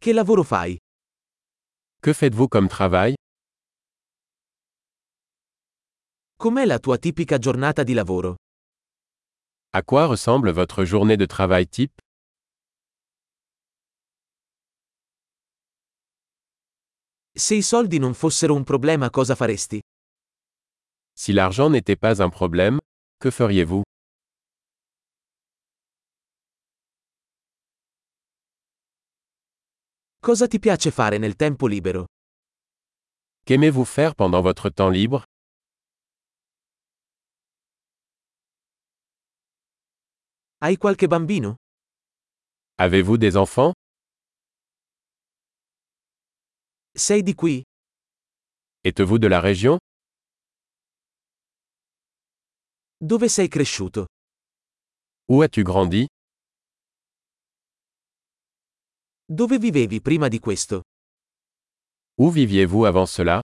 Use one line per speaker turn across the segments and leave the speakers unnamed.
Che lavoro fai?
Que faites-vous comme travail
Com'è la tua tipica giornata di lavoro?
À quoi ressemble votre journée de travail type
Se i soldi non fossero un problema cosa faresti?
Si l'argent n'était pas un problème, que feriez-vous
Cosa ti piace fare nel tempo libero?
Qu'aimez-vous faire pendant votre temps libre
Hai qualche bambino?
Avez-vous des enfants
Sei di qui?
Êtes-vous de la région
Dove sei cresciuto?
Où as-tu grandi
Dove vivevi prima di questo?
Où viviez-vous avant cela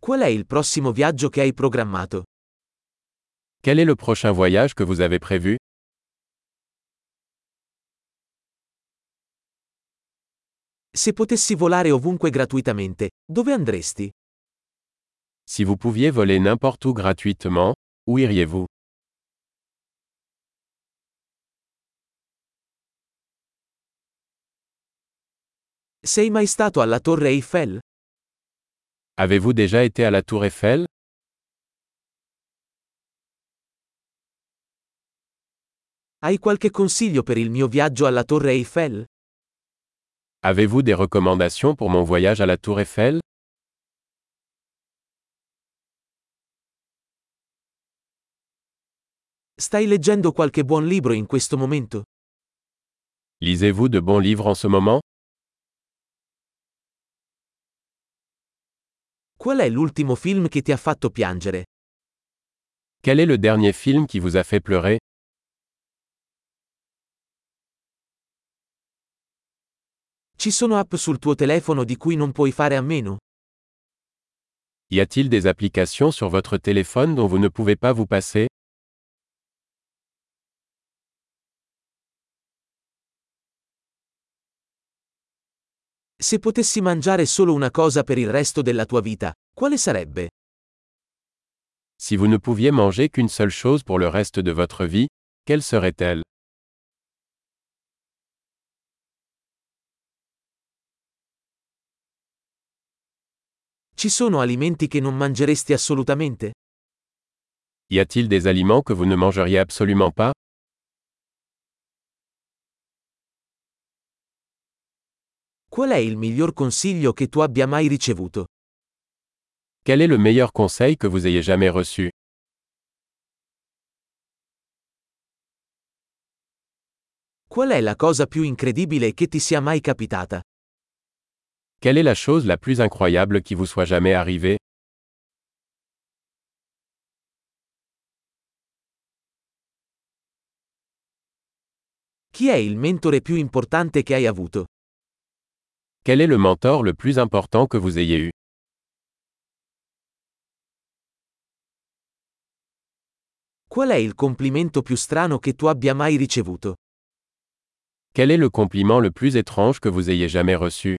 Qual è il prossimo viaggio che hai programmato?
Quel est le prochain voyage que vous avez prévu
Se potessi volare ovunque gratuitamente, dove andresti?
Si vous pouviez voler n'importe où gratuitement, où iriez-vous
Sei mai stato alla Torre Eiffel?
Avez-vous déjà été à la Tour Eiffel
Hai qualche consiglio per il mio viaggio alla Torre Eiffel?
Avez-vous des recommandations pour mon voyage à la Tour Eiffel
Stai leggendo qualche buon libro in questo momento?
Lisez-vous de bons livres en ce moment
Qual è l'ultimo film che ti ha fatto piangere?
Quel est le dernier film qui vous a fait pleurer
Ci sono app sul tuo telefono di cui non puoi fare a meno?
Y a-t-il des applications sur votre téléphone dont vous ne pouvez pas vous passer
Se potessi mangiare solo una cosa per il resto della tua vita, quale sarebbe?
Si vous ne pouviez manger qu'une seule chose pour le reste de votre vie, quelle serait-elle
Ci sono alimenti che non mangeresti assolutamente?
Y a-t-il des aliments que vous ne mangeriez absolument pas
Qual è il miglior consiglio che tu abbia mai ricevuto?
Quel est le meilleur conseil que vous ayez jamais reçu
Qual è la cosa più incredibile che ti sia mai capitata?
Quelle est la chose la plus incroyable qui vous soit jamais arrivée
Chi è il mentore più importante che hai avuto?
Quel est le mentor le plus important que vous ayez eu
Qual è il complimento più strano che tu abbia mai ricevuto?
Quel est le compliment le plus étrange que vous ayez jamais reçu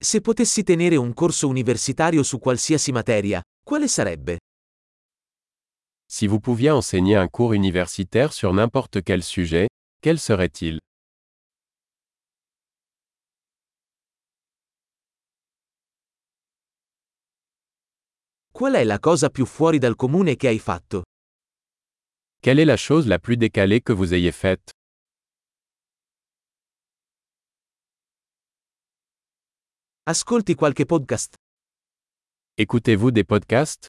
Se potessi tenere un corso universitario su qualsiasi materia, quale sarebbe?
Si vous pouviez enseigner un cours universitaire sur n'importe quel sujet, quel serait-il
Qual è la cosa più fuori dal comune che hai fatto?
Quelle est la chose la plus décalée que vous ayez faite
Ascolti qualche podcast?
Écoutez-vous des podcasts